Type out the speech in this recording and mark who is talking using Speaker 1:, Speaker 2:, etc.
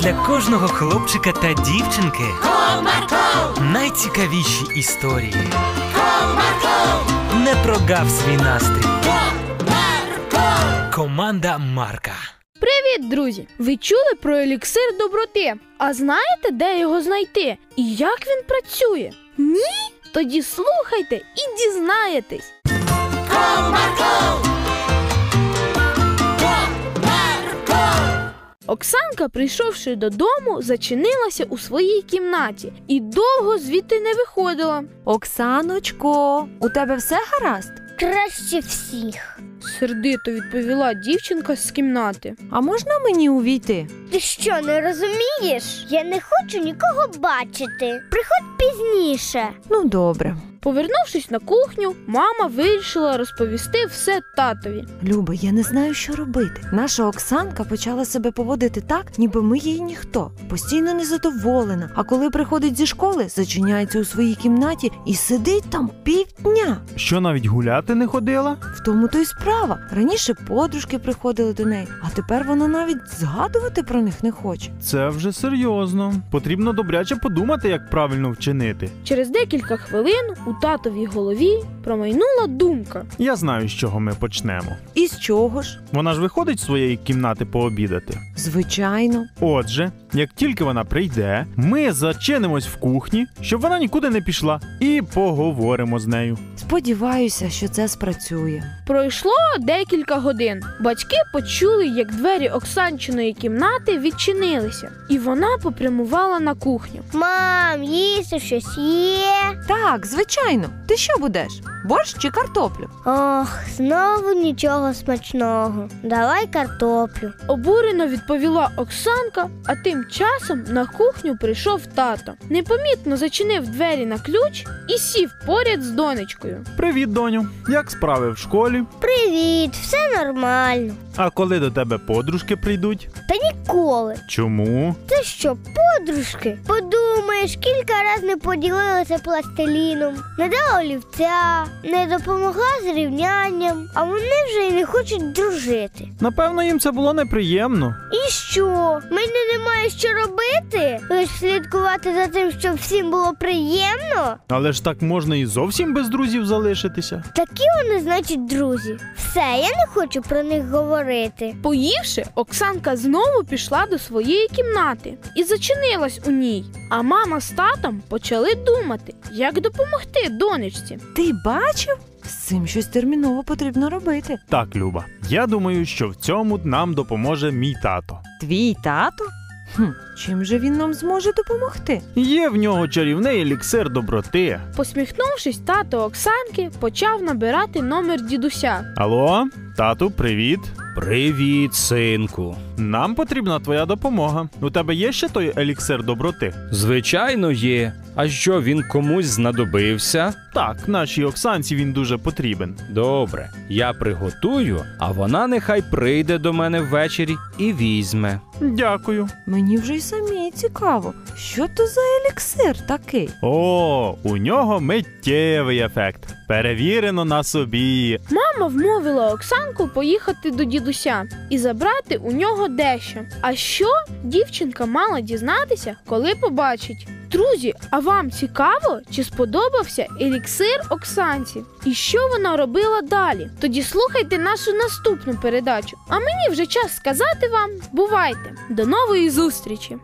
Speaker 1: для кожного хлопчика та дівчинки
Speaker 2: Comarco,
Speaker 1: найцікавіші історії.
Speaker 2: comarco,
Speaker 1: Не прогав свій настрій.
Speaker 2: comarco.
Speaker 1: Команда Марка.
Speaker 3: Привіт, друзі! Ви чули про еліксир доброти? А знаєте, де його знайти і як він працює? Ні? Тоді слухайте і дізнаєтесь. Оксанка, прийшовши додому, зачинилася у своїй кімнаті і довго звідти не виходила.
Speaker 4: Оксаночко, у тебе все гаразд?
Speaker 5: Краще всіх.
Speaker 3: Сердито відповіла дівчинка з кімнати.
Speaker 4: А можна мені увійти?
Speaker 5: Ти що, не розумієш? Я не хочу нікого бачити. Приходь пізніше.
Speaker 4: Ну добре.
Speaker 3: Повернувшись на кухню, мама вирішила розповісти все татові.
Speaker 4: Люба, я не знаю, що робити. Наша Оксанка почала себе поводити так, ніби ми їй ніхто. Постійно незадоволена. А коли приходить зі школи, зачиняється у своїй кімнаті і сидить там півдня.
Speaker 6: Що навіть гуляти не ходила?
Speaker 4: В тому то й справа. Раніше подружки приходили до неї, а тепер вона навіть згадувати про них не хоче.
Speaker 6: Це вже серйозно. Потрібно добряче подумати, як правильно вчинити.
Speaker 3: Через декілька хвилин у татовій голові промайнула думка.
Speaker 6: Я знаю, з чого ми почнемо.
Speaker 4: І з чого ж?
Speaker 6: Вона ж виходить з своєї кімнати пообідати.
Speaker 4: Звичайно,
Speaker 6: Отже, як тільки вона прийде, ми зачинимось в кухні, щоб вона нікуди не пішла, і поговоримо з нею.
Speaker 4: сподіваюся, що це спрацює.
Speaker 3: Пройшло декілька годин. Батьки почули, як двері Оксанчиної кімнати відчинилися, і вона попрямувала на кухню.
Speaker 5: Мам, їсти щось є.
Speaker 4: Так, звичайно. Ти що будеш? Борщ чи картоплю?
Speaker 5: Ох, знову нічого смачного. Давай картоплю.
Speaker 3: Обурено відповіла Оксанка, а тим часом на кухню прийшов тато. Непомітно зачинив двері на ключ і сів поряд з донечкою.
Speaker 6: Привіт, доню! Як справи в школі?
Speaker 5: Привіт, все нормально.
Speaker 6: А коли до тебе подружки прийдуть?
Speaker 5: Та ніколи.
Speaker 6: Чому?
Speaker 5: Це що, подружки? Подумаєш, кілька разів не поділилася пластиліном, не дала олівця, не допомогла з рівнянням, а вони вже й не хочуть дружити.
Speaker 6: Напевно, їм це було неприємно.
Speaker 5: І що? Мені немає що робити? Лиш слідкувати за тим, щоб всім було приємно.
Speaker 6: Але ж так можна і зовсім без друзів залишитися.
Speaker 5: Такі вони, значить, друзі. Все, я не хочу про них говорити.
Speaker 3: Поївши, Оксанка знову пішла до своєї кімнати і зачинилась у ній. А мама з татом почали думати, як допомогти донечці.
Speaker 4: Ти бачив? З цим щось терміново потрібно робити.
Speaker 6: Так, Люба, я думаю, що в цьому нам допоможе мій тато.
Speaker 4: Твій тато? Хм, чим же він нам зможе допомогти?
Speaker 6: Є в нього чарівний еліксир доброти.
Speaker 3: Посміхнувшись, тато Оксанки почав набирати номер дідуся.
Speaker 6: Алло, тату, привіт.
Speaker 7: Привіт, синку.
Speaker 6: Нам потрібна твоя допомога. У тебе є ще той еліксир доброти?
Speaker 7: Звичайно, є. А що він комусь знадобився?
Speaker 6: Так, нашій Оксанці він дуже потрібен.
Speaker 7: Добре, я приготую, а вона нехай прийде до мене ввечері і візьме.
Speaker 6: Дякую.
Speaker 4: Мені вже й самій цікаво, що то за еліксир такий.
Speaker 6: О, у нього миттєвий ефект. Перевірено на собі.
Speaker 3: Мама вмовила Оксанку поїхати до дідуся і забрати у нього дещо. А що дівчинка мала дізнатися, коли побачить? Друзі, а вам цікаво, чи сподобався еліксир Оксанці? І що вона робила далі? Тоді слухайте нашу наступну передачу. А мені вже час сказати вам: бувайте! До нової зустрічі!